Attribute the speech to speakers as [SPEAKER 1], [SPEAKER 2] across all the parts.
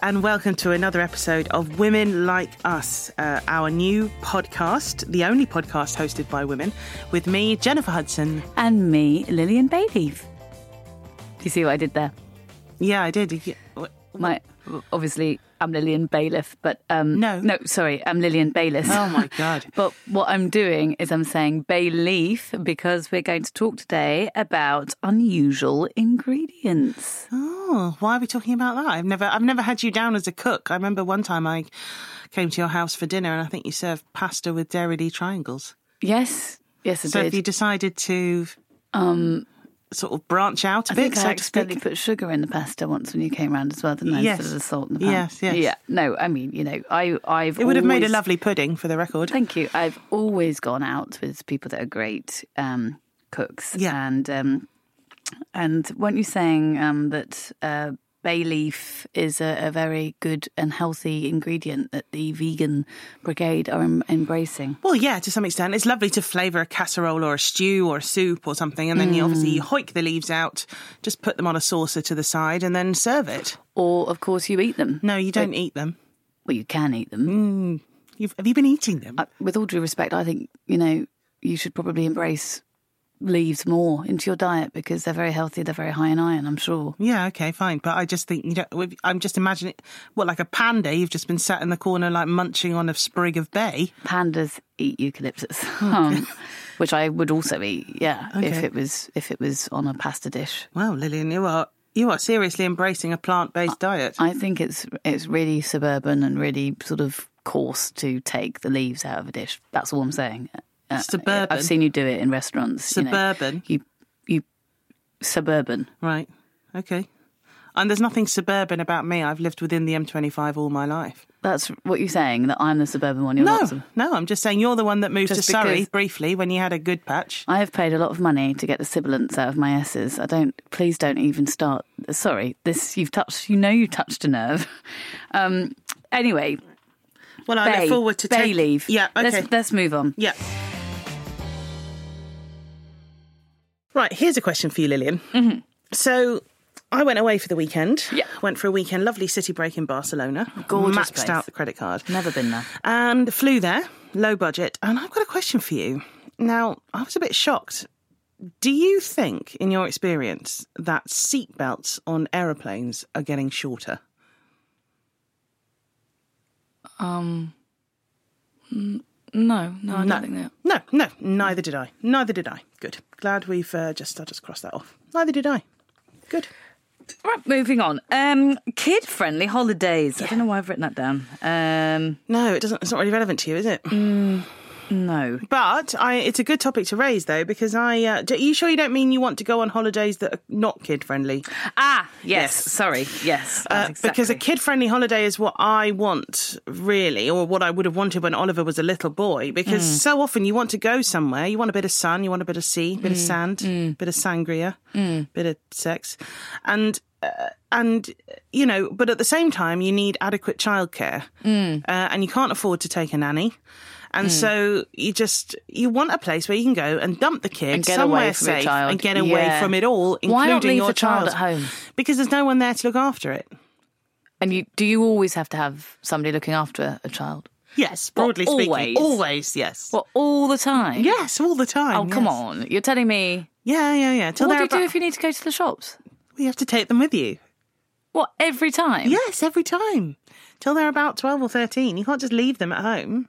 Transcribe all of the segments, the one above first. [SPEAKER 1] and welcome to another episode of Women Like Us, uh, our new podcast, the only podcast hosted by women, with me, Jennifer Hudson.
[SPEAKER 2] And me, Lillian Bayleaf. Do you see what I did there?
[SPEAKER 1] Yeah, I did. You- what-
[SPEAKER 2] My obviously I'm Lillian Bailiff, but um
[SPEAKER 1] No.
[SPEAKER 2] no, sorry, I'm Lillian Bayliss.
[SPEAKER 1] Oh my God.
[SPEAKER 2] but what I'm doing is I'm saying Bayleaf because we're going to talk today about unusual ingredients.
[SPEAKER 1] Oh, why are we talking about that? I've never, I've never had you down as a cook. I remember one time I came to your house for dinner, and I think you served pasta with derrida triangles.
[SPEAKER 2] Yes, yes, I
[SPEAKER 1] So
[SPEAKER 2] did. Um,
[SPEAKER 1] have you decided to sort of branch out a
[SPEAKER 2] I
[SPEAKER 1] bit,
[SPEAKER 2] think
[SPEAKER 1] so
[SPEAKER 2] I
[SPEAKER 1] to speak?
[SPEAKER 2] accidentally put sugar in the pasta once when you came round as well, didn't I?
[SPEAKER 1] Yes.
[SPEAKER 2] Instead of the salt in the pan.
[SPEAKER 1] Yes, yes.
[SPEAKER 2] Yeah. No, I mean, you know, I I've
[SPEAKER 1] It would have made a
[SPEAKER 2] always-
[SPEAKER 1] lovely pudding for the record.
[SPEAKER 2] Thank you. I've always gone out with people that are great um, cooks.
[SPEAKER 1] Yeah.
[SPEAKER 2] And um, and weren't you saying um, that uh, bay leaf is a, a very good and healthy ingredient that the vegan brigade are em- embracing?
[SPEAKER 1] Well, yeah, to some extent. It's lovely to flavour a casserole or a stew or a soup or something. And then you obviously you hoik the leaves out, just put them on a saucer to the side and then serve it.
[SPEAKER 2] Or, of course, you eat them.
[SPEAKER 1] No, Mm. you don't eat them.
[SPEAKER 2] Well, you can eat them.
[SPEAKER 1] You've, have you been eating them?
[SPEAKER 2] Uh, With all due respect, I think, you know, you should probably embrace leaves more into your diet because they're very healthy, they're very high in iron, I'm sure.
[SPEAKER 1] yeah, okay, fine. But I just think, you don't, I'm just imagining, what, like a panda, you've just been sat in the corner, like munching on a sprig of bay.
[SPEAKER 2] pandas eat eucalyptus, um, which I would also eat. Yeah, if
[SPEAKER 1] Okay.
[SPEAKER 2] it was if it was on a pasta dish.
[SPEAKER 1] Well, Lillian, you are. You are seriously embracing a plant-based diet.
[SPEAKER 2] I think it's it's really suburban and really sort of coarse to take the leaves out of a dish. That's all I'm saying. Uh,
[SPEAKER 1] Suburban?
[SPEAKER 2] I've seen you do it in restaurants.
[SPEAKER 1] Suburban?
[SPEAKER 2] You know, you, you suburban.
[SPEAKER 1] Right. Okay. And there's nothing suburban about me. I've lived within the M25 all my life.
[SPEAKER 2] That's what you're saying. That I'm the suburban one. You're
[SPEAKER 1] No,
[SPEAKER 2] not. sub-
[SPEAKER 1] no, I'm just saying you're the one that moved
[SPEAKER 2] Just
[SPEAKER 1] to Surrey
[SPEAKER 2] because-
[SPEAKER 1] briefly when you had a good patch.
[SPEAKER 2] I have paid a lot of money to get the sibilants out of my S's. I don't. Please don't even start. Sorry, this you've touched. You know you touched a nerve. Um. Anyway,
[SPEAKER 1] Well, I
[SPEAKER 2] bay,
[SPEAKER 1] look forward to
[SPEAKER 2] bay
[SPEAKER 1] take-
[SPEAKER 2] leaf.
[SPEAKER 1] Yeah, okay.
[SPEAKER 2] Let's, let's move on.
[SPEAKER 1] Yeah. Right, here's a question for you, Lillian. Mm-hmm. So I went away for the weekend.
[SPEAKER 2] Yeah.
[SPEAKER 1] Went for a weekend, lovely city break in Barcelona.
[SPEAKER 2] Gorgeous
[SPEAKER 1] Maxed
[SPEAKER 2] place.
[SPEAKER 1] out the credit card.
[SPEAKER 2] Never been there.
[SPEAKER 1] and flew there, low budget. And I've got a question for you. Now, I was a bit shocked. Do you think, in your experience, that seatbelts on aeroplanes are getting shorter?
[SPEAKER 3] Um, No, no, I don't think that.
[SPEAKER 1] No, no, neither did I. Neither did I. Good. Glad we've uh, just, I just crossed that off. Neither did I. Good.
[SPEAKER 3] Right, moving on. Um, kid-friendly holidays. I don't know why I've written that down. Um,
[SPEAKER 1] No, it doesn't. It's not really relevant to you, is it?
[SPEAKER 3] no,
[SPEAKER 1] But I, it's a good topic to raise, though, because I. Uh, do, are you sure you don't mean you want to go on holidays that are not kid friendly?
[SPEAKER 3] Ah, yes. Sorry. Yes.
[SPEAKER 1] Uh,
[SPEAKER 3] that's exactly.
[SPEAKER 1] Because a kid friendly holiday is what I want, really, or what I would have wanted when Oliver was a little boy. Because
[SPEAKER 2] Mm.
[SPEAKER 1] so often you want to go somewhere, you want a bit of sun, you want a bit of sea, bit of
[SPEAKER 2] Mm.
[SPEAKER 1] sand, bit of sangria, bit of sex. And. Uh, and you know, but at the same time, you need adequate childcare,
[SPEAKER 2] Mm.
[SPEAKER 1] uh, and you can't afford to take a nanny, and so you just you want a place where you can go and dump the kid
[SPEAKER 2] And get
[SPEAKER 1] somewhere
[SPEAKER 2] away from your
[SPEAKER 1] safe
[SPEAKER 2] child.
[SPEAKER 1] and get away
[SPEAKER 2] Yeah.
[SPEAKER 1] from it all, including
[SPEAKER 2] Why not leave
[SPEAKER 1] your
[SPEAKER 2] the child
[SPEAKER 1] child
[SPEAKER 2] at home?
[SPEAKER 1] because there's no one there to look after it.
[SPEAKER 2] And you do you always have to have somebody looking after a, a child?
[SPEAKER 1] Yes,
[SPEAKER 2] Well,
[SPEAKER 1] broadly speaking.
[SPEAKER 2] always.
[SPEAKER 1] Always, yes.
[SPEAKER 2] Well, all the time.
[SPEAKER 1] yes, all the time.
[SPEAKER 2] Oh, come
[SPEAKER 1] yes.
[SPEAKER 2] on. You're telling me.
[SPEAKER 1] Yeah, yeah, yeah. Till
[SPEAKER 2] What do
[SPEAKER 1] they're
[SPEAKER 2] you do
[SPEAKER 1] about-
[SPEAKER 2] if you need to go to the shops?
[SPEAKER 1] Well, you have to take them with you.
[SPEAKER 2] What every time?
[SPEAKER 1] Yes, every time. Till they're about 12 or 13. You can't just leave them at home.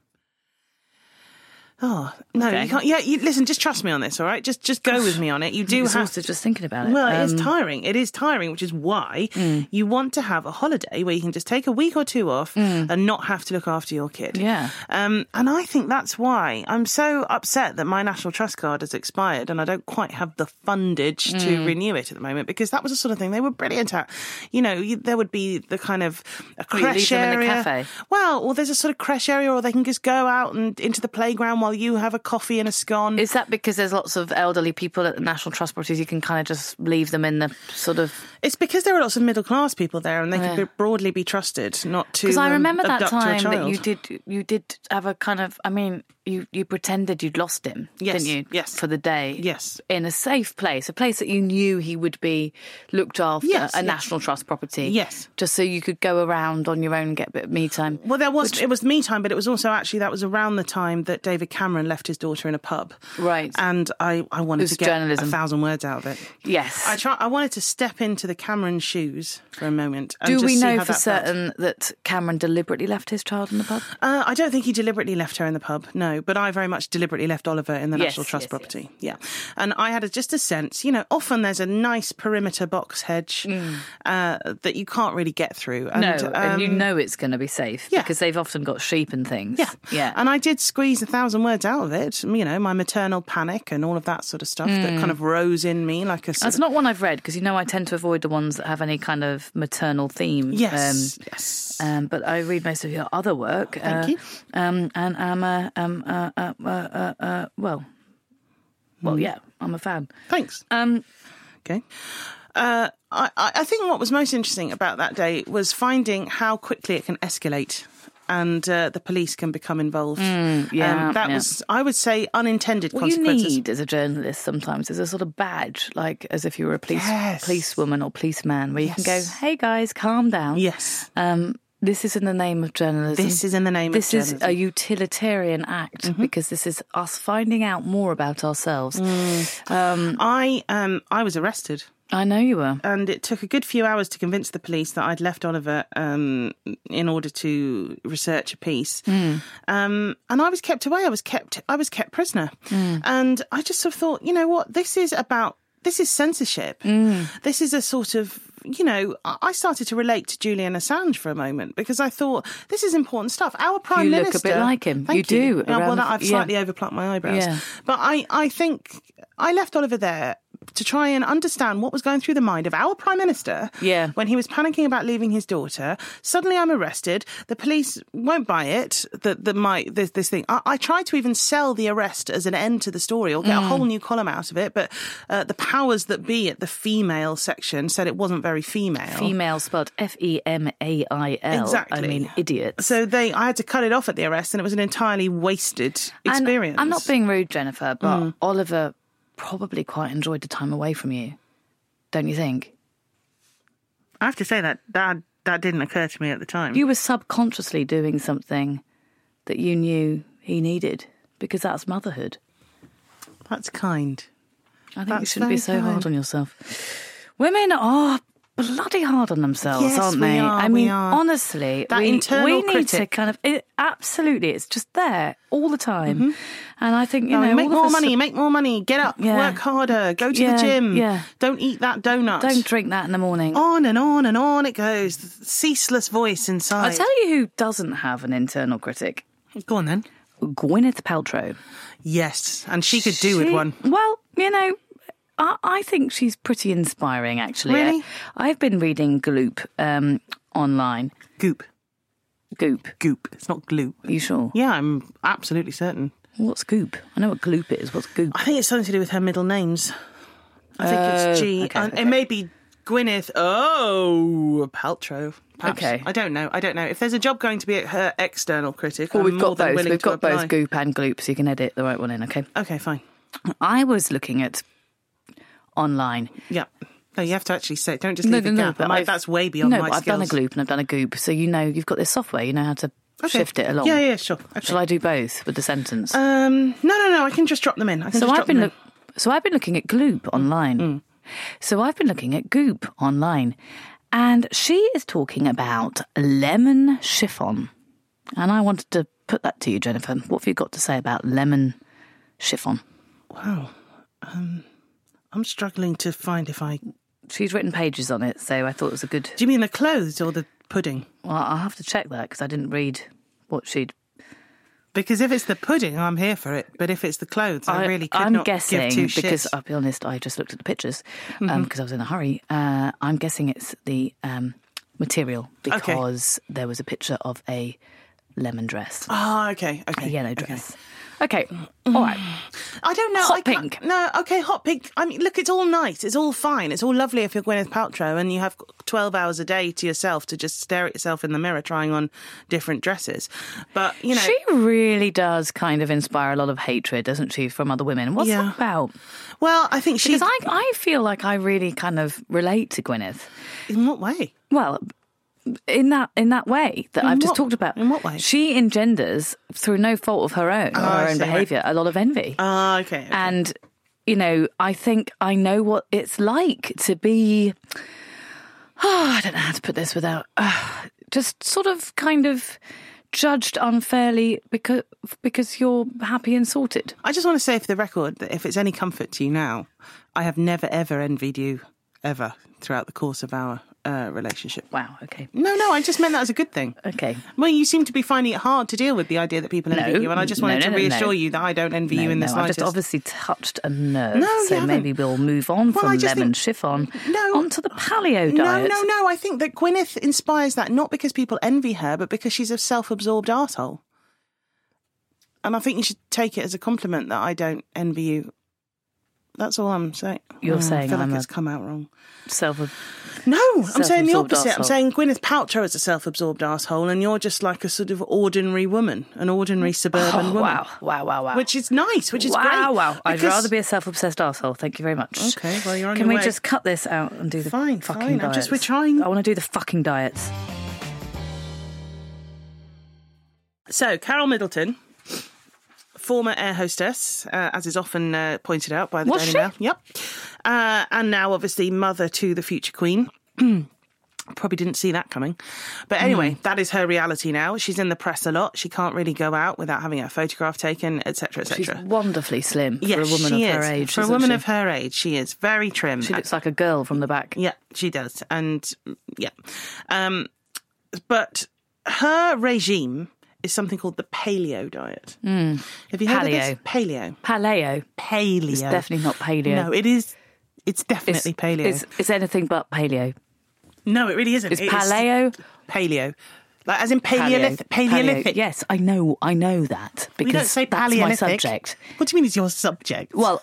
[SPEAKER 1] Oh, no,
[SPEAKER 2] Okay.
[SPEAKER 1] you can't. Yeah, you, listen, just trust me on this, all right? Just just go with me on it. You do have
[SPEAKER 2] Exhausted just thinking about it.
[SPEAKER 1] Well,
[SPEAKER 2] Um,
[SPEAKER 1] it
[SPEAKER 2] Mm.
[SPEAKER 1] is tiring. It is tiring, which is why you want to have a holiday where you can just take a week or two off and not have to look after your kid.
[SPEAKER 2] Mm. Yeah.
[SPEAKER 1] Um, and I think that's why I'm so upset that my National Trust card has expired and I don't quite have the fundage
[SPEAKER 2] Mm.
[SPEAKER 1] to renew it at the moment because that was the sort of thing they were brilliant at. You know, you, there would be the kind of a
[SPEAKER 2] you leave
[SPEAKER 1] creche
[SPEAKER 2] them in the
[SPEAKER 1] area.
[SPEAKER 2] cafe?
[SPEAKER 1] Well, or there's a sort of creche area, or they can just go out and into the playground while while you have a coffee and a scone.
[SPEAKER 4] Is that because there's lots of elderly people at the National Trust properties? You can kind of just leave them in the sort of.
[SPEAKER 1] It's because there are lots of middle class people there, and they can be- broadly be trusted not to.
[SPEAKER 4] Because Oh, I
[SPEAKER 1] um,
[SPEAKER 4] remember that
[SPEAKER 1] abduct your
[SPEAKER 4] time that
[SPEAKER 1] child.
[SPEAKER 4] you did you did have a kind of. I mean, you you pretended you'd lost him,
[SPEAKER 1] Yes,
[SPEAKER 4] didn't you?
[SPEAKER 1] yes.
[SPEAKER 4] For the day.
[SPEAKER 1] Yes.
[SPEAKER 4] In a safe place, a place that you knew he would be looked after,
[SPEAKER 1] Yes,
[SPEAKER 4] a
[SPEAKER 1] yes.
[SPEAKER 4] National Trust property.
[SPEAKER 1] Yes.
[SPEAKER 4] Just so you could go around on your own, and get a bit of me time.
[SPEAKER 1] Well, there was it was me time, but it was also actually that was around the time that David Cameron left his daughter in a pub,
[SPEAKER 4] Right.
[SPEAKER 1] And I I wanted
[SPEAKER 4] was
[SPEAKER 1] to get
[SPEAKER 4] journalism.
[SPEAKER 1] a thousand words out of it.
[SPEAKER 4] yes.
[SPEAKER 1] I try, I wanted to step into the Cameron shoes for a moment. And
[SPEAKER 4] Do
[SPEAKER 1] just
[SPEAKER 4] we
[SPEAKER 1] see
[SPEAKER 4] know
[SPEAKER 1] how
[SPEAKER 4] for
[SPEAKER 1] that felt.
[SPEAKER 4] certain that Cameron deliberately left his child in the pub?
[SPEAKER 1] Uh, I don't think he deliberately left her in the pub, no, but I very much deliberately left Oliver in the
[SPEAKER 4] Yes,
[SPEAKER 1] National Trust
[SPEAKER 4] yes,
[SPEAKER 1] property. Yeah. And I had a, just a sense, you know, often there's a nice perimeter box hedge uh, that you can't really get through. And,
[SPEAKER 2] Mm. No, and you
[SPEAKER 1] um,
[SPEAKER 2] know it's going to be safe
[SPEAKER 1] yeah.
[SPEAKER 2] because they've often got sheep and things.
[SPEAKER 1] Yeah.
[SPEAKER 2] yeah.
[SPEAKER 1] And I did squeeze a thousand words out of it, you know, my maternal panic and all of that sort of stuff that kind of rose in me like a. Sort
[SPEAKER 2] Mm. That's
[SPEAKER 1] of,
[SPEAKER 2] not one I've read because you know I tend to avoid the ones that have any kind of maternal theme.
[SPEAKER 1] yes. yes.
[SPEAKER 2] Um, um, but I read most of your other work.
[SPEAKER 1] Thank
[SPEAKER 2] uh,
[SPEAKER 1] you.
[SPEAKER 2] Um, and I'm a um, uh, uh, uh, uh, uh, well, well,
[SPEAKER 4] Hmm.
[SPEAKER 2] yeah, I'm a fan.
[SPEAKER 1] Thanks.
[SPEAKER 2] Um,
[SPEAKER 1] Okay. Uh, I, I I think what was most interesting about that day was finding how quickly it can escalate and uh, the police can become involved.
[SPEAKER 2] Mm.
[SPEAKER 1] Um,
[SPEAKER 4] Hmm,
[SPEAKER 2] yeah,
[SPEAKER 1] that
[SPEAKER 2] um, yeah.
[SPEAKER 1] was, I would say, unintended
[SPEAKER 2] what you
[SPEAKER 1] consequences.
[SPEAKER 2] need as a journalist sometimes is a sort of badge, like as if you were a police
[SPEAKER 1] Yes.
[SPEAKER 2] policewoman or policeman, where you can go,
[SPEAKER 1] Yes.
[SPEAKER 2] "Hey guys, calm down.
[SPEAKER 1] Yes.
[SPEAKER 2] Um, this is in the name of journalism.
[SPEAKER 1] This is Mm-hmm. in the name
[SPEAKER 2] this
[SPEAKER 1] of
[SPEAKER 2] is a utilitarian act because this is us finding out more about ourselves.
[SPEAKER 1] Mm.
[SPEAKER 2] Um,
[SPEAKER 1] I um I was arrested
[SPEAKER 2] I know you were.
[SPEAKER 1] and it took a good few hours to convince the police that I'd left Oliver um in order to research a piece.
[SPEAKER 2] Hmm.
[SPEAKER 1] Um and I was kept away I was kept I was kept prisoner.
[SPEAKER 2] Hmm.
[SPEAKER 1] And I just sort of thought, you know what this is about this is censorship.
[SPEAKER 2] Hmm.
[SPEAKER 1] This is a sort of, you know, I I started to relate to Julian Assange for a moment because I thought this is important stuff. Our prime
[SPEAKER 2] You look a
[SPEAKER 1] minister,
[SPEAKER 2] bit like him.
[SPEAKER 1] Thank
[SPEAKER 2] You
[SPEAKER 1] you,
[SPEAKER 2] do,
[SPEAKER 1] Yeah, well,
[SPEAKER 2] around the-
[SPEAKER 1] I've
[SPEAKER 2] yeah.
[SPEAKER 1] slightly overplucked my eyebrows.
[SPEAKER 2] Yeah.
[SPEAKER 1] But I, I think I left Oliver there to try and understand what was going through the mind of our prime minister
[SPEAKER 2] Yeah.
[SPEAKER 1] when he was panicking about leaving his daughter suddenly i'm arrested the police won't buy it that the, my this, this thing I, I tried to even sell the arrest as an end to the story or get
[SPEAKER 2] Mm.
[SPEAKER 1] a whole new column out of it but uh, the powers that be at the female section said it wasn't very female
[SPEAKER 2] Female spelled F E M A I L. I
[SPEAKER 1] Exactly.
[SPEAKER 2] mean, idiots.
[SPEAKER 1] so they i had to cut it off at the arrest and it was an entirely wasted
[SPEAKER 2] And
[SPEAKER 1] experience Mm.
[SPEAKER 2] I'm not being rude, Jennifer, but Oliver probably quite enjoyed the time away from you, don't you think?
[SPEAKER 1] I have to say that that that didn't occur to me at the time.
[SPEAKER 2] You were subconsciously doing something that you knew he needed because that's motherhood.
[SPEAKER 1] That's kind.
[SPEAKER 2] I think you
[SPEAKER 1] That's
[SPEAKER 2] shouldn't be
[SPEAKER 1] very
[SPEAKER 2] so
[SPEAKER 1] kind.
[SPEAKER 2] hard on yourself. Women are bloody hard on themselves,
[SPEAKER 1] Yes,
[SPEAKER 2] aren't
[SPEAKER 1] we
[SPEAKER 2] they?
[SPEAKER 1] are,
[SPEAKER 2] I
[SPEAKER 1] we
[SPEAKER 2] mean,
[SPEAKER 1] are.
[SPEAKER 2] honestly,
[SPEAKER 1] That
[SPEAKER 2] we,
[SPEAKER 1] internal
[SPEAKER 2] we need to
[SPEAKER 1] critic.
[SPEAKER 2] kind of it, absolutely. It's just there all the time, and I think you
[SPEAKER 1] No,
[SPEAKER 2] know,
[SPEAKER 1] Mm-hmm. make
[SPEAKER 2] all of
[SPEAKER 1] more
[SPEAKER 2] us-
[SPEAKER 1] money, make more money, get up,
[SPEAKER 2] Yeah.
[SPEAKER 1] work harder, go to
[SPEAKER 2] Yeah,
[SPEAKER 1] the gym.
[SPEAKER 2] yeah.
[SPEAKER 1] Don't eat that donut.
[SPEAKER 2] Don't drink that in the morning.
[SPEAKER 1] On and on and on it goes. The ceaseless voice
[SPEAKER 2] I'll
[SPEAKER 1] inside.
[SPEAKER 2] tell you who doesn't have an internal critic:
[SPEAKER 1] go on then.
[SPEAKER 2] Gwyneth Paltrow.
[SPEAKER 1] Yes, and she could do with
[SPEAKER 2] She-
[SPEAKER 1] one.
[SPEAKER 2] Well, you know, I, I think she's pretty inspiring, actually.
[SPEAKER 1] Really?
[SPEAKER 2] I've been reading Gloop um, online.
[SPEAKER 1] Goop,
[SPEAKER 2] Goop.
[SPEAKER 1] goop. It's not gloop.
[SPEAKER 2] You sure?
[SPEAKER 1] Yeah, I'm absolutely certain.
[SPEAKER 2] What's Goop? I know what Gloop is. What's Goop?
[SPEAKER 1] I think it's something to do with her middle names. I think it's
[SPEAKER 2] Oh,
[SPEAKER 1] G.
[SPEAKER 2] okay,
[SPEAKER 1] and
[SPEAKER 2] okay.
[SPEAKER 1] It may be Gwyneth. Oh, Paltrow. perhaps.
[SPEAKER 2] Okay.
[SPEAKER 1] I don't know. I don't know. If there's a job going to be at her external critic,
[SPEAKER 2] Well,
[SPEAKER 1] I'm
[SPEAKER 2] we've
[SPEAKER 1] more
[SPEAKER 2] got
[SPEAKER 1] than
[SPEAKER 2] both.
[SPEAKER 1] willing
[SPEAKER 2] We've
[SPEAKER 1] to
[SPEAKER 2] got
[SPEAKER 1] apply.
[SPEAKER 2] both Goop and Gloop, so you can edit the right one in, okay?
[SPEAKER 1] Okay, fine.
[SPEAKER 2] I was looking at online.
[SPEAKER 1] Yeah. No, you have to actually say. Don't just leave a gap.
[SPEAKER 2] but
[SPEAKER 1] My-
[SPEAKER 2] I've-
[SPEAKER 1] that's way beyond
[SPEAKER 2] no,
[SPEAKER 1] my
[SPEAKER 2] but I've done a
[SPEAKER 1] skills.
[SPEAKER 2] Gloop and I've done a Goop, so you know you've got this software. You know how to
[SPEAKER 1] Okay.
[SPEAKER 2] shift it along.
[SPEAKER 1] Yeah, yeah, sure. Okay.
[SPEAKER 2] Shall I do both with the sentence?
[SPEAKER 1] Um, no, no, no. I can just drop them in. I can
[SPEAKER 2] So
[SPEAKER 1] just drop Mm.
[SPEAKER 2] I've been
[SPEAKER 1] them
[SPEAKER 2] look, so I've been looking at Gloop online. So I've been looking at Goop online, and she is talking about lemon chiffon, and I wanted to put that to you, Jennifer. What have you got to say about lemon chiffon?
[SPEAKER 1] in. Wow. Um, I'm struggling to find if I. Do
[SPEAKER 2] She's written pages on it, so I thought it was a good.
[SPEAKER 1] you mean the clothes or the pudding?
[SPEAKER 2] Well, I'll have to check that because I didn't read what she'd.
[SPEAKER 1] Because if it's the pudding, I'm here for it. But if it's the clothes, I, really could
[SPEAKER 2] am
[SPEAKER 1] not
[SPEAKER 2] guessing
[SPEAKER 1] give two
[SPEAKER 2] because
[SPEAKER 1] shits. Mm-hmm.
[SPEAKER 2] I'll be honest, I just looked at the pictures because I was in a hurry. Uh, I'm guessing it's the um, material because there was a picture of a lemon dress,
[SPEAKER 1] Ah, okay, okay.
[SPEAKER 2] a yellow
[SPEAKER 1] okay. Mm.
[SPEAKER 2] dress. Okay. All right.
[SPEAKER 1] I don't know.
[SPEAKER 2] Hot
[SPEAKER 1] I can't-
[SPEAKER 2] pink.
[SPEAKER 1] No, okay, hot pink. I mean, look, it's all nice. It's all fine. It's all lovely if you're Gwyneth Paltrow and you have 12 hours a day to yourself to just stare at yourself in the mirror trying on different dresses. But, you know,
[SPEAKER 2] She really does kind of inspire a lot of hatred, doesn't she, from other women? What's
[SPEAKER 1] Yeah.
[SPEAKER 2] that about?
[SPEAKER 1] well, I think she's.
[SPEAKER 2] Because I, I feel like I really kind of relate to Gwyneth.
[SPEAKER 1] in what way?
[SPEAKER 2] Well, in that in that way that I've just
[SPEAKER 1] what-
[SPEAKER 2] talked about.
[SPEAKER 1] in what way? Oh,
[SPEAKER 2] She engenders, through no fault of her own or
[SPEAKER 1] I
[SPEAKER 2] her own
[SPEAKER 1] see, right.
[SPEAKER 2] behaviour, a lot of envy.
[SPEAKER 1] Ah, okay.
[SPEAKER 2] and you know, I think I know what it's like to be. Oh, I don't know how to put this without ah, just sort of kind of judged unfairly because because you're happy and sorted.
[SPEAKER 1] I just want to say for the record that if it's any comfort to you now, I have never, ever envied you, ever, throughout the course of our uh, relationship.
[SPEAKER 2] Wow. Okay.
[SPEAKER 1] No, no, I just meant that as a good thing.
[SPEAKER 2] Okay.
[SPEAKER 1] Well, you seem to be finding it hard to deal with the idea that people envy
[SPEAKER 2] No,
[SPEAKER 1] you, and I just
[SPEAKER 2] no,
[SPEAKER 1] wanted
[SPEAKER 2] no,
[SPEAKER 1] to
[SPEAKER 2] no, no.
[SPEAKER 1] reassure you that I don't envy you in the
[SPEAKER 2] no, I've
[SPEAKER 1] slightest.
[SPEAKER 2] just obviously touched a nerve.
[SPEAKER 1] No, you
[SPEAKER 2] so
[SPEAKER 1] haven't.
[SPEAKER 2] maybe we'll move on
[SPEAKER 1] Well, I
[SPEAKER 2] from
[SPEAKER 1] just
[SPEAKER 2] lemon
[SPEAKER 1] think-
[SPEAKER 2] chiffon
[SPEAKER 1] No.
[SPEAKER 2] onto the paleo
[SPEAKER 1] no,
[SPEAKER 2] diet.
[SPEAKER 1] no, no. I think that Gwyneth inspires that not because people envy her, but because she's a self-absorbed asshole. And I think you should take it as a compliment that I don't envy you. That's all I'm saying. Mm,
[SPEAKER 2] You're saying
[SPEAKER 1] I feel
[SPEAKER 2] I'm
[SPEAKER 1] like
[SPEAKER 2] a-
[SPEAKER 1] it's come out wrong.
[SPEAKER 2] Self
[SPEAKER 1] No, I'm saying the
[SPEAKER 2] Self-absorbed
[SPEAKER 1] opposite. I'm
[SPEAKER 2] arsehole.
[SPEAKER 1] saying Gwyneth Paltrow is a self-absorbed asshole, and you're just like a sort of ordinary woman, an ordinary suburban
[SPEAKER 2] oh,
[SPEAKER 1] woman.
[SPEAKER 2] wow, wow, wow, wow.
[SPEAKER 1] Which is nice, which is
[SPEAKER 2] wow,
[SPEAKER 1] great.
[SPEAKER 2] wow. I'd
[SPEAKER 1] because-
[SPEAKER 2] rather be a self-obsessed asshole. Thank you very much.
[SPEAKER 1] Okay, well, you're on
[SPEAKER 2] Can
[SPEAKER 1] your
[SPEAKER 2] we
[SPEAKER 1] way.
[SPEAKER 2] just cut this out and do the
[SPEAKER 1] Fine,
[SPEAKER 2] fucking
[SPEAKER 1] fine. I'm
[SPEAKER 2] diets?
[SPEAKER 1] just- we're trying-
[SPEAKER 2] I want to do the fucking diets.
[SPEAKER 1] So, Carol Middleton, former air hostess, uh, as is often uh, pointed out by the
[SPEAKER 2] Was
[SPEAKER 1] Daily
[SPEAKER 2] she?
[SPEAKER 1] Mail. Yep. Uh, and now, obviously, mother to the future queen. Probably didn't see that coming.
[SPEAKER 2] Hmm.
[SPEAKER 1] But anyway, that is her reality now. She's in the press a lot. She can't really go out without having her photograph taken, etc., etc.
[SPEAKER 2] She's wonderfully slim
[SPEAKER 1] Yes,
[SPEAKER 2] for a woman
[SPEAKER 1] she
[SPEAKER 2] of
[SPEAKER 1] is.
[SPEAKER 2] her age.
[SPEAKER 1] For a
[SPEAKER 2] isn't
[SPEAKER 1] woman
[SPEAKER 2] she?
[SPEAKER 1] of her age, she is very trim.
[SPEAKER 2] she looks like a girl from the back.
[SPEAKER 1] Yeah, she does. And mm, yeah. Um, but her regime is something called the paleo diet. Have you heard of this? Paleo.
[SPEAKER 2] Hmm. Paleo.
[SPEAKER 1] Paleo.
[SPEAKER 2] It's definitely not paleo.
[SPEAKER 1] No, it is. It's definitely paleo.
[SPEAKER 2] It's, it's anything but paleo.
[SPEAKER 1] no, it really isn't.
[SPEAKER 2] It's
[SPEAKER 1] It is
[SPEAKER 2] paleo.
[SPEAKER 1] Paleo. Like as in paleolith-
[SPEAKER 2] Paleo.
[SPEAKER 1] paleolithic.
[SPEAKER 2] Paleo. Yes, I know. I know that because
[SPEAKER 1] We don't say
[SPEAKER 2] that's
[SPEAKER 1] paleolithic.
[SPEAKER 2] my subject.
[SPEAKER 1] What do you mean it's your subject?
[SPEAKER 2] Well,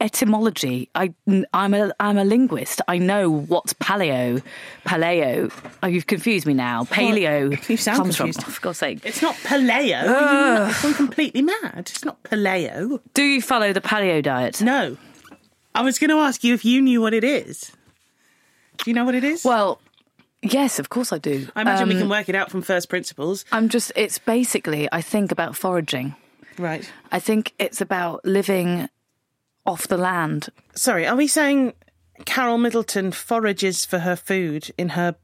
[SPEAKER 2] etymology. I, am a I'm a linguist. I know what paleo, paleo. Oh, you've confused me now. Paleo
[SPEAKER 1] you sound
[SPEAKER 2] comes
[SPEAKER 1] confused.
[SPEAKER 2] from. For God's sake,
[SPEAKER 1] it's not paleo. Are you gone completely mad? It's not paleo.
[SPEAKER 2] do you follow the paleo diet?
[SPEAKER 1] No. I was going to ask you if you knew what it is. Do you know what it is?
[SPEAKER 2] Well, um, yes, of course I do.
[SPEAKER 1] I imagine we can work it out from first principles.
[SPEAKER 2] I'm just. It's basically. I think about foraging.
[SPEAKER 1] Right.
[SPEAKER 2] I think it's about living off the land.
[SPEAKER 1] Sorry, are we saying Carol Middleton forages for her food in her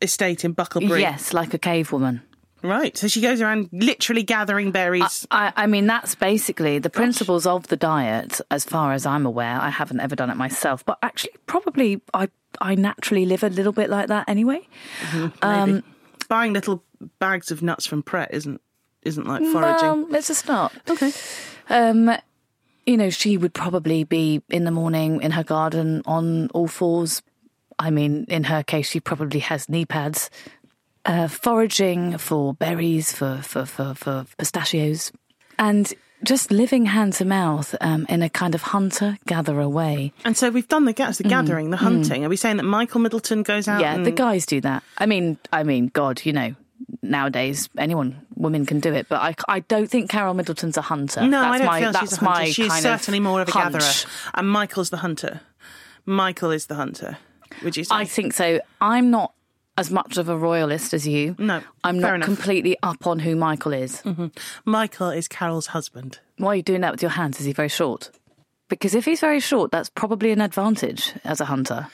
[SPEAKER 1] estate in Bucklebury?
[SPEAKER 2] Yes, like a cave woman.
[SPEAKER 1] Right. So she goes around literally gathering berries.
[SPEAKER 2] I, I mean, that's basically the principles of the diet, as far as I'm aware. I haven't ever done it myself, but actually, probably I I naturally live a little bit like that anyway. Uh, um,
[SPEAKER 1] maybe. Buying little bags of nuts from Pret isn't isn't like foraging.
[SPEAKER 2] Well, let's just start.
[SPEAKER 1] okay.
[SPEAKER 2] Um, you know, she would probably be in the morning in her garden on all fours. I mean, in her case, she probably has knee pads, uh, foraging for berries, for, for, for, for pistachios, and just living hand to mouth um, in a kind of hunter gatherer way.
[SPEAKER 1] And so we've done the that's the gathering, the hunting. Are we saying that Michael Middleton goes out?
[SPEAKER 2] mm, Yeah,
[SPEAKER 1] and-
[SPEAKER 2] the guys do that. I mean, I mean, God, you know, nowadays anyone, women can do it, but I, I don't think Carol Middleton's a hunter.
[SPEAKER 1] No,
[SPEAKER 2] that's
[SPEAKER 1] I don't
[SPEAKER 2] my,
[SPEAKER 1] feel
[SPEAKER 2] that's
[SPEAKER 1] she's a hunter.
[SPEAKER 2] my
[SPEAKER 1] she's
[SPEAKER 2] kind
[SPEAKER 1] certainly more of a
[SPEAKER 2] hunch.
[SPEAKER 1] gatherer. And Michael's the hunter. Michael is the hunter. Would you say?
[SPEAKER 2] I think so. I'm not as much of a royalist as you.
[SPEAKER 1] No,
[SPEAKER 2] I'm
[SPEAKER 1] fair
[SPEAKER 2] not
[SPEAKER 1] enough. Mm-hmm.
[SPEAKER 2] completely up on who Michael is.
[SPEAKER 1] Michael is Carol's husband.
[SPEAKER 2] Why are you doing that with your hands? Is he very short? Because if he's very short, that's probably an advantage as a hunter,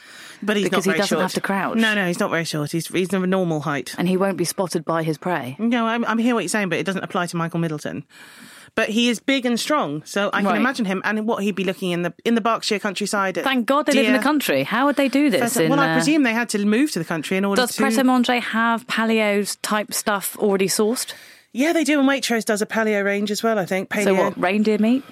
[SPEAKER 1] But he's
[SPEAKER 2] Because
[SPEAKER 1] not
[SPEAKER 2] he
[SPEAKER 1] very
[SPEAKER 2] doesn't
[SPEAKER 1] short.
[SPEAKER 2] have to crouch.
[SPEAKER 1] No, no, he's not very short. He's he's of a normal height.
[SPEAKER 2] and he won't be spotted by his prey.
[SPEAKER 1] No, I'm, I'm hearing what you're saying, but it doesn't apply to Michael Middleton. But he is big and strong, so I can
[SPEAKER 2] Right.
[SPEAKER 1] imagine him and what he'd be looking in the in the Berkshire countryside. at
[SPEAKER 2] Thank God they live in
[SPEAKER 1] deer,
[SPEAKER 2] the country. How would they do this?
[SPEAKER 1] pheasant.
[SPEAKER 2] in,
[SPEAKER 1] well,
[SPEAKER 2] uh,
[SPEAKER 1] I presume they had to move to the country in order
[SPEAKER 2] Does
[SPEAKER 1] to.
[SPEAKER 2] Pret a Manger have paleo type stuff already sourced?
[SPEAKER 1] yeah, they do, and Waitrose does a paleo range as well. I think paleo,
[SPEAKER 2] So what? Reindeer meat?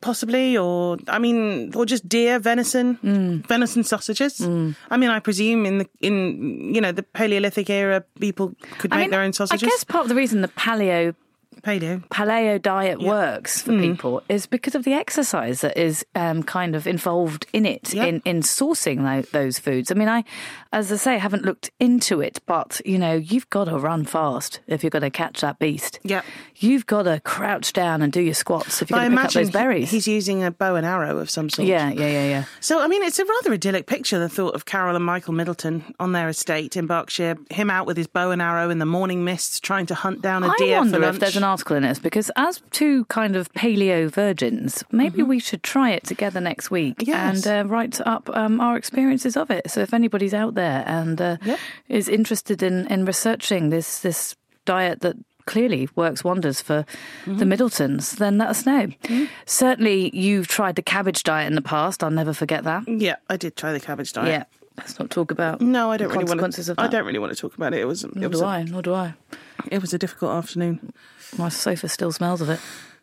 [SPEAKER 1] possibly, or I mean, or just deer venison,
[SPEAKER 2] Mm.
[SPEAKER 1] venison sausages. I mean, I presume in the in you know the Paleolithic era, people could make
[SPEAKER 2] I mean,
[SPEAKER 1] their own sausages.
[SPEAKER 2] I guess part of the reason the paleo
[SPEAKER 1] Paleo.
[SPEAKER 2] paleo diet works
[SPEAKER 1] Hmm.
[SPEAKER 2] for people is because of the exercise that is um, kind of involved in it
[SPEAKER 1] Yeah.
[SPEAKER 2] in in sourcing tho- those foods. I mean, I, as I say, haven't looked into it, but you know, you've got to run fast if you're going to catch that beast.
[SPEAKER 1] Yeah.
[SPEAKER 2] you've got to crouch down and do your squats if you're
[SPEAKER 1] But I
[SPEAKER 2] going to pick up
[SPEAKER 1] imagine
[SPEAKER 2] those
[SPEAKER 1] he-
[SPEAKER 2] berries.
[SPEAKER 1] he's using a bow and arrow of some sort.
[SPEAKER 2] yeah, yeah, yeah, yeah.
[SPEAKER 1] So, I mean, it's a rather idyllic picture, the thought of Carol and Michael Middleton on their estate in Berkshire, him out with his bow and arrow in the morning mist trying to hunt down a
[SPEAKER 2] I
[SPEAKER 1] deer for
[SPEAKER 2] wonder
[SPEAKER 1] lunch.
[SPEAKER 2] if there's an article in this because, as two kind of paleo virgins, maybe we should try it together next week
[SPEAKER 1] Mm-hmm. Yes.
[SPEAKER 2] and uh, write up um, our experiences of it. So, if anybody's out there and uh,
[SPEAKER 1] Yep.
[SPEAKER 2] is interested in, in researching this this diet that clearly works wonders for
[SPEAKER 1] Mm-hmm.
[SPEAKER 2] the Middletons, then let us know.
[SPEAKER 1] Mm.
[SPEAKER 2] Certainly, you've tried the cabbage diet in the past. I'll never forget that.
[SPEAKER 1] yeah, I did try the cabbage diet.
[SPEAKER 2] Yeah, let's not talk about
[SPEAKER 1] No, I don't
[SPEAKER 2] the
[SPEAKER 1] really want
[SPEAKER 2] consequences
[SPEAKER 1] to.
[SPEAKER 2] of that.
[SPEAKER 1] I don't really want to talk about it. It was it
[SPEAKER 2] Nor
[SPEAKER 1] was
[SPEAKER 2] do
[SPEAKER 1] a,
[SPEAKER 2] I. Nor do I.
[SPEAKER 1] it was a difficult afternoon.
[SPEAKER 2] My sofa still smells of it.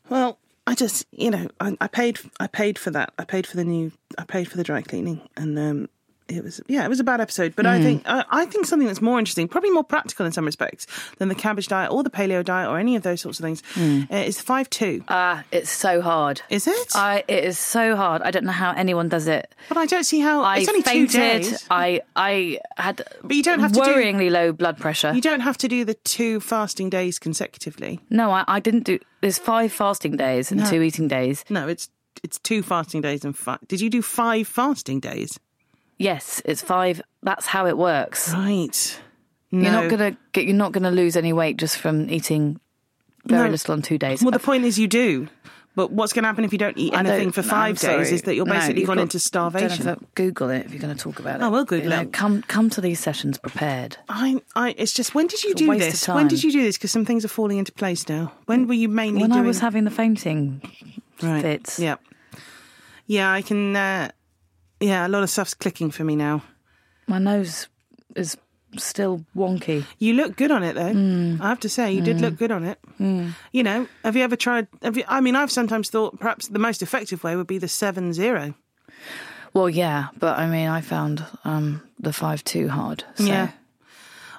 [SPEAKER 1] Well, I just you know I, I paid I paid for that. I paid for the new I paid for the dry cleaning and um it was yeah it was a bad episode. But
[SPEAKER 2] Mm.
[SPEAKER 1] I think I, I think something that's more interesting, probably more practical in some respects than the cabbage diet or the paleo diet or any of those sorts of things uh, is five two.
[SPEAKER 2] Ah, it's so hard.
[SPEAKER 1] Is it?
[SPEAKER 2] Mm. I, it is so hard. I don't know how anyone does it.
[SPEAKER 1] but I don't see how
[SPEAKER 2] I
[SPEAKER 1] it's only
[SPEAKER 2] fainted.
[SPEAKER 1] two days.
[SPEAKER 2] I I had
[SPEAKER 1] But you don't have to do-
[SPEAKER 2] worryingly low blood pressure.
[SPEAKER 1] You don't have to do the two fasting days consecutively.
[SPEAKER 2] No, I, I didn't do. There's five fasting days and two eating days.
[SPEAKER 1] No, it's it's two fasting days and five. Did you do five fasting days?
[SPEAKER 2] Yes, it's five. That's how it works.
[SPEAKER 1] Right.
[SPEAKER 2] You're
[SPEAKER 1] No.
[SPEAKER 2] not gonna get. You're not gonna lose any weight just from eating very
[SPEAKER 1] No.
[SPEAKER 2] little on two days.
[SPEAKER 1] Well, the point is you do. But what's going to happen if you don't eat
[SPEAKER 2] I don't-
[SPEAKER 1] anything for
[SPEAKER 2] no,
[SPEAKER 1] five
[SPEAKER 2] I'm
[SPEAKER 1] days
[SPEAKER 2] sorry.
[SPEAKER 1] is that you're
[SPEAKER 2] No,
[SPEAKER 1] basically
[SPEAKER 2] you've
[SPEAKER 1] gone
[SPEAKER 2] got-
[SPEAKER 1] into
[SPEAKER 2] Don't
[SPEAKER 1] starvation.
[SPEAKER 2] have to Google it if you're going to talk about it.
[SPEAKER 1] I will Google
[SPEAKER 2] You know,
[SPEAKER 1] it.
[SPEAKER 2] Come come to these sessions prepared.
[SPEAKER 1] I, I, it's just when did you
[SPEAKER 2] It's a
[SPEAKER 1] do
[SPEAKER 2] waste of
[SPEAKER 1] this? When did
[SPEAKER 2] time.
[SPEAKER 1] you do this? Because some things are falling into place now. When were you mainly
[SPEAKER 2] When
[SPEAKER 1] doing
[SPEAKER 2] I was having the fainting
[SPEAKER 1] right.
[SPEAKER 2] fits.
[SPEAKER 1] Yeah, yeah, I can. Uh, yeah, a lot of stuff's clicking for me now.
[SPEAKER 2] My nose is still wonky.
[SPEAKER 1] You look good on it, though.
[SPEAKER 2] Hmm.
[SPEAKER 1] I have to say, you did look good on it. You know, have you ever tried? Have you, I mean, I've sometimes thought perhaps the most effective way would be the seven zero.
[SPEAKER 2] Well, yeah, but I mean, I found um, the five two hard. So.
[SPEAKER 1] Yeah.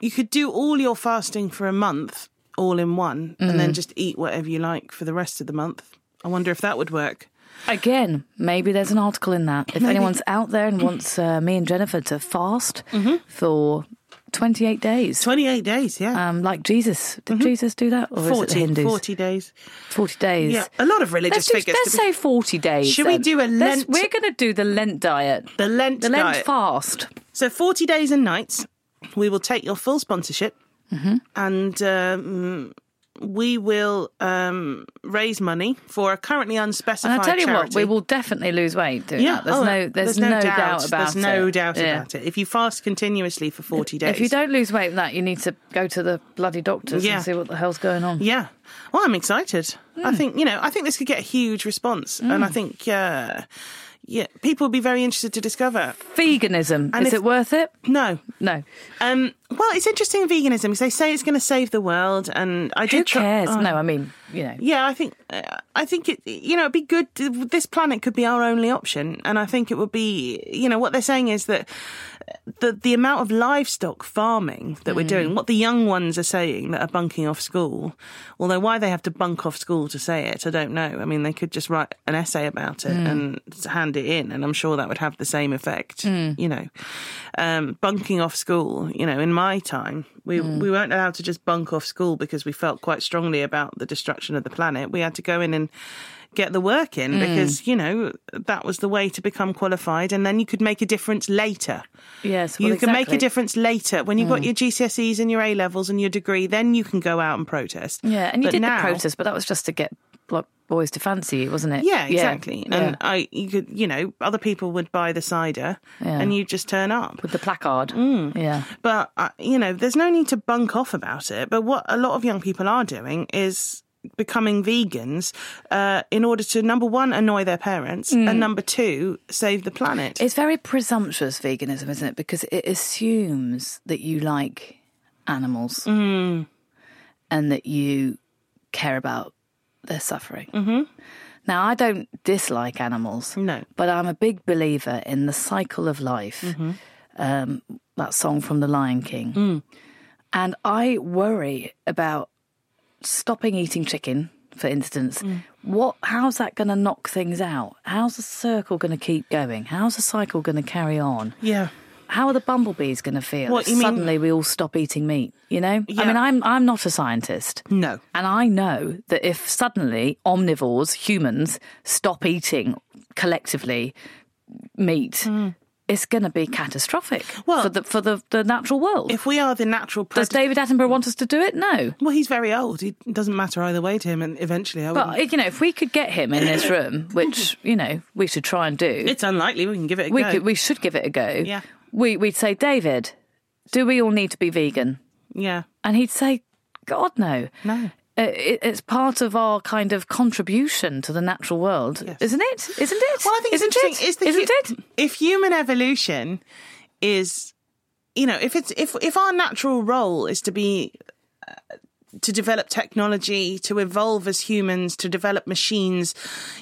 [SPEAKER 1] You could do all your fasting for a month all in one and
[SPEAKER 2] Mm.
[SPEAKER 1] then just eat whatever you like for the rest of the month. I wonder if that would work.
[SPEAKER 2] Again, maybe there's an article in that. If anyone's out there and wants uh, me and Jennifer to fast
[SPEAKER 1] Mm-hmm.
[SPEAKER 2] for 28 days,
[SPEAKER 1] 28 days, yeah.
[SPEAKER 2] um, like Jesus,
[SPEAKER 1] Mm-hmm.
[SPEAKER 2] did Jesus do that, or is it the
[SPEAKER 1] 40,
[SPEAKER 2] Hindus? 40,
[SPEAKER 1] 40 days.
[SPEAKER 2] days.
[SPEAKER 1] Yeah, a lot of
[SPEAKER 2] Let's,
[SPEAKER 1] religious
[SPEAKER 2] do,
[SPEAKER 1] figures.
[SPEAKER 2] let's
[SPEAKER 1] to be-
[SPEAKER 2] say 40 days.
[SPEAKER 1] Should we
[SPEAKER 2] then.
[SPEAKER 1] do a
[SPEAKER 2] Let's-
[SPEAKER 1] Lent-
[SPEAKER 2] We're going to do the Lent diet.
[SPEAKER 1] the Lent,
[SPEAKER 2] The Lent
[SPEAKER 1] diet.
[SPEAKER 2] fast.
[SPEAKER 1] so 40 days and nights, we will take your full sponsorship
[SPEAKER 2] Mm-hmm.
[SPEAKER 1] and um, we will um, raise money for a currently unspecified
[SPEAKER 2] And I tell you
[SPEAKER 1] charity.
[SPEAKER 2] what, we will definitely lose weight doing that. There's
[SPEAKER 1] oh,
[SPEAKER 2] no, there's, no, doubt. about
[SPEAKER 1] There's no
[SPEAKER 2] it.
[SPEAKER 1] doubt
[SPEAKER 2] Yeah.
[SPEAKER 1] about it. If you fast continuously for 40 days.
[SPEAKER 2] If you don't lose weight with that, you need to go to the bloody doctors
[SPEAKER 1] Yeah.
[SPEAKER 2] and see what the hell's going on.
[SPEAKER 1] Yeah. Well, I'm excited.
[SPEAKER 2] Hmm.
[SPEAKER 1] I think, you know, I think this could get a huge response. And I think, uh, yeah, people would be very interested to discover.
[SPEAKER 2] Veganism.
[SPEAKER 1] And
[SPEAKER 2] is
[SPEAKER 1] if-
[SPEAKER 2] it worth it?
[SPEAKER 1] No.
[SPEAKER 2] No.
[SPEAKER 1] Um, well, it's interesting veganism because they say it's going to save the world. And I
[SPEAKER 2] Who
[SPEAKER 1] did try-
[SPEAKER 2] cares?
[SPEAKER 1] Oh.
[SPEAKER 2] no, I mean, you know.
[SPEAKER 1] Yeah, I think uh, I think it. You know, it'd be good. to- This planet could be our only option, and I think it would be. You know, what they're saying is that the the amount of livestock farming that we're doing, what the young ones are saying that are bunking off school. Although why they have to bunk off school to say it, I don't know. I mean, they could just write an essay about it and hand it in, and I'm sure that would have the same effect. You know, um, bunking off school. You know, in my time, we we weren't allowed to just bunk off school because we felt quite strongly about the destruction of the planet. We had to go in and get the work in because you know that was the way to become qualified, and then you could make a difference later.
[SPEAKER 2] Yes.
[SPEAKER 1] You
[SPEAKER 2] well,
[SPEAKER 1] can make a
[SPEAKER 2] exactly. Mm.
[SPEAKER 1] difference later when you've got your GCSEs and your A levels and your degree. Then you can go out and protest.
[SPEAKER 2] Yeah, and you
[SPEAKER 1] But
[SPEAKER 2] did
[SPEAKER 1] now-
[SPEAKER 2] the protest, but that was just to get like, boys to fancy you, wasn't it?
[SPEAKER 1] Yeah, exactly.
[SPEAKER 2] yeah.
[SPEAKER 1] And uh, I, you could, you know, other people would buy the cider,
[SPEAKER 2] Yeah.
[SPEAKER 1] and you just turn up.
[SPEAKER 2] With the placard.
[SPEAKER 1] Mm.
[SPEAKER 2] Yeah.
[SPEAKER 1] But uh, you know, there's no need to bunk off about it. But what a lot of young people are doing is becoming vegans uh, in order to number one annoy their parents and number two save the planet.
[SPEAKER 2] Mm. It's very presumptuous veganism, isn't it? Because it assumes that you like animals Mm. and that you care about their suffering. Mm-hmm. Now, I don't dislike animals,
[SPEAKER 1] No.
[SPEAKER 2] but I'm a big believer in the cycle of life.
[SPEAKER 1] Mm-hmm.
[SPEAKER 2] Um,
[SPEAKER 1] Mm.
[SPEAKER 2] that song from The Lion King, and I worry about stopping eating chicken, for instance,
[SPEAKER 1] Mm.
[SPEAKER 2] what? How's that going to knock things out? How's the circle going to keep going? How's the cycle going to carry on?
[SPEAKER 1] Yeah.
[SPEAKER 2] How are the bumblebees going to feel?
[SPEAKER 1] What, you mean-
[SPEAKER 2] Suddenly, we all stop eating meat. You know, I
[SPEAKER 1] Yeah.
[SPEAKER 2] mean, I'm I'm not a scientist.
[SPEAKER 1] No.
[SPEAKER 2] And I know that if suddenly omnivores, humans, stop eating collectively meat, it's going to be catastrophic
[SPEAKER 1] Hmm. Well-
[SPEAKER 2] for the for the, the natural world.
[SPEAKER 1] If we are the natural
[SPEAKER 2] Does
[SPEAKER 1] predator,
[SPEAKER 2] David Attenborough want us to do it? No.
[SPEAKER 1] well, he's very old. He- It doesn't matter either way to him. And eventually, I would.
[SPEAKER 2] But you know, if we could get him in this room, which you know we should try and do,
[SPEAKER 1] It's unlikely. We can give it a
[SPEAKER 2] we
[SPEAKER 1] go.
[SPEAKER 2] could we should give it a go.
[SPEAKER 1] Yeah.
[SPEAKER 2] We we'd say, David, do we all need to be vegan?
[SPEAKER 1] yeah.
[SPEAKER 2] And he'd say, God, no.
[SPEAKER 1] No.
[SPEAKER 2] Uh, it, it's part of our kind of contribution to the natural world, isn't it? Isn't it?
[SPEAKER 1] Well, I think
[SPEAKER 2] isn't
[SPEAKER 1] it's interesting.
[SPEAKER 2] it?
[SPEAKER 1] Is the hu-
[SPEAKER 2] isn't it?
[SPEAKER 1] If human evolution is, you know, if it's if if our natural role is to be uh, to develop technology, to evolve as humans, to develop machines,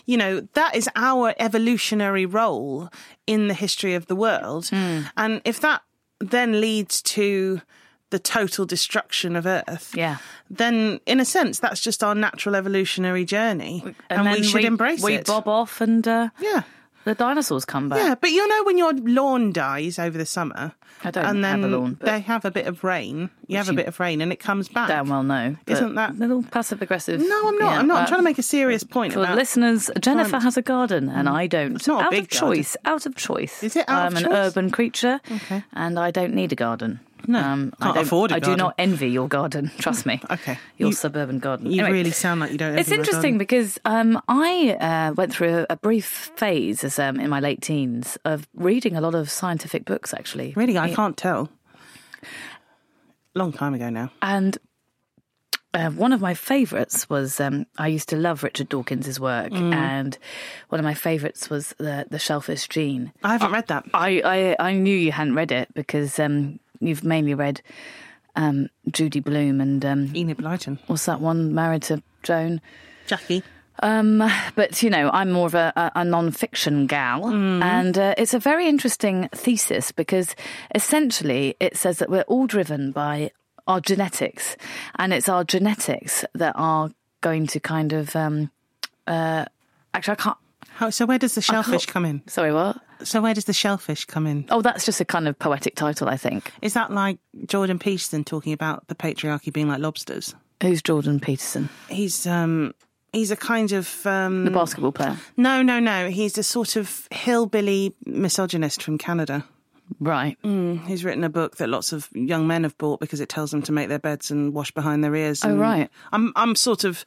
[SPEAKER 1] you know, that is our evolutionary role in the history of the world.
[SPEAKER 2] Hmm.
[SPEAKER 1] And if that then leads to the total destruction of Earth,
[SPEAKER 2] Yeah.
[SPEAKER 1] then in a sense, that's just our natural evolutionary journey, and, we
[SPEAKER 2] then
[SPEAKER 1] should embrace
[SPEAKER 2] we
[SPEAKER 1] it.
[SPEAKER 2] bob off and uh,
[SPEAKER 1] yeah.
[SPEAKER 2] the dinosaurs come back.
[SPEAKER 1] Yeah, but you know when your lawn dies over the summer,
[SPEAKER 2] I don't
[SPEAKER 1] and then
[SPEAKER 2] have a lawn, but
[SPEAKER 1] they have a bit of rain. You have a
[SPEAKER 2] you
[SPEAKER 1] bit of rain, and it comes back.
[SPEAKER 2] damn well know. but
[SPEAKER 1] Isn't that-
[SPEAKER 2] a little passive aggressive?
[SPEAKER 1] No, I'm not. I'm not. I'm trying to make a serious point
[SPEAKER 2] For
[SPEAKER 1] about.
[SPEAKER 2] listeners, Jennifer has a garden and I don't. It's
[SPEAKER 1] Mm. not a
[SPEAKER 2] out
[SPEAKER 1] big
[SPEAKER 2] of choice. Out of choice.
[SPEAKER 1] Is it out
[SPEAKER 2] I'm
[SPEAKER 1] of
[SPEAKER 2] an
[SPEAKER 1] choice?
[SPEAKER 2] urban creature and I don't need a garden. No, um, I
[SPEAKER 1] can't
[SPEAKER 2] don't-
[SPEAKER 1] afford a
[SPEAKER 2] I do
[SPEAKER 1] garden.
[SPEAKER 2] not envy your garden. Trust me.
[SPEAKER 1] Okay.
[SPEAKER 2] your
[SPEAKER 1] You-
[SPEAKER 2] suburban garden.
[SPEAKER 1] You
[SPEAKER 2] Anyway,
[SPEAKER 1] really sound like you don't.
[SPEAKER 2] It's
[SPEAKER 1] envy your
[SPEAKER 2] interesting because um, I uh, went through a, a brief phase as um, in my late teens of reading a lot of scientific books, actually.
[SPEAKER 1] garden. Really, I can't tell. Long time ago now.
[SPEAKER 2] And uh, one of my favourites was um, I used to love Richard Dawkins' work, and one of my favourites was the the Shellfish Gene.
[SPEAKER 1] I haven't read that.
[SPEAKER 2] I, I I knew you hadn't read it because um, you've mainly read um, Judy Bloom and um,
[SPEAKER 1] Enid Blyton,
[SPEAKER 2] what's that one married to Joan.
[SPEAKER 1] Jackie.
[SPEAKER 2] Um, but you know, I'm more of a, a, a non-fiction gal, and uh, it's a very interesting thesis because essentially it says that we're all driven by our genetics, and it's our genetics that are going to kind of. Um, uh, actually, I can't.
[SPEAKER 1] How, so where does the shellfish come in?
[SPEAKER 2] Sorry, what?
[SPEAKER 1] So where does the shellfish come in?
[SPEAKER 2] Oh, that's just a kind of poetic title, I think.
[SPEAKER 1] Is that like Jordan Peterson talking about the patriarchy being like lobsters?
[SPEAKER 2] Who's Jordan Peterson,
[SPEAKER 1] He's um he's a kind of um
[SPEAKER 2] the basketball player?
[SPEAKER 1] No, no, no. He's a sort of hillbilly misogynist from Canada.
[SPEAKER 2] Right.
[SPEAKER 1] He's written a book that lots of young men have bought because it tells them to make their beds and wash behind their ears.
[SPEAKER 2] Oh,
[SPEAKER 1] and
[SPEAKER 2] right.
[SPEAKER 1] I'm I'm sort of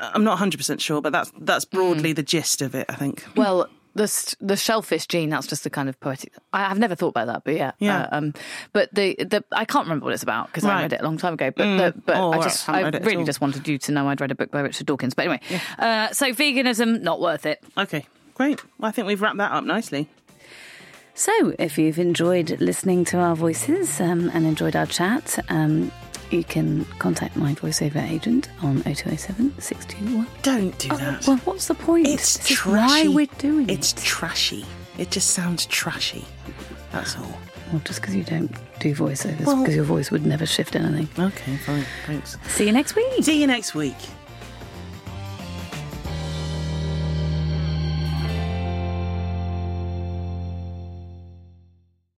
[SPEAKER 1] I'm not 100% sure, but that's that's broadly the gist of it, I think.
[SPEAKER 2] Well, the s- the shellfish gene. That's just the kind of poetic. I, I've never thought about that, but yeah,
[SPEAKER 1] Yeah.
[SPEAKER 2] Uh, um, but the the I can't remember what it's about because I
[SPEAKER 1] Right.
[SPEAKER 2] read it a long time ago. But the, but
[SPEAKER 1] Oh,
[SPEAKER 2] I
[SPEAKER 1] right.
[SPEAKER 2] just
[SPEAKER 1] Haven't
[SPEAKER 2] I
[SPEAKER 1] read it at
[SPEAKER 2] really
[SPEAKER 1] all.
[SPEAKER 2] just wanted you to know I'd read a book by Richard Dawkins. But anyway, uh, so veganism not worth it.
[SPEAKER 1] Okay. Great. Well, I think we've wrapped that up nicely.
[SPEAKER 4] So, if you've enjoyed listening to our voices um, and enjoyed our chat, um, you can contact my voiceover agent on 0207 621.
[SPEAKER 1] Don't do
[SPEAKER 4] Oh,
[SPEAKER 1] that.
[SPEAKER 4] well, what's the point?
[SPEAKER 1] it's
[SPEAKER 4] This is
[SPEAKER 1] trashy.
[SPEAKER 4] why we're doing
[SPEAKER 1] It's
[SPEAKER 4] it.
[SPEAKER 1] trashy. It just sounds trashy. That's all.
[SPEAKER 4] Well, just because you don't do voiceovers, because
[SPEAKER 1] Well-
[SPEAKER 4] your voice would never shift anything.
[SPEAKER 1] Okay, fine. Thanks.
[SPEAKER 4] See you next week.
[SPEAKER 1] See you next week.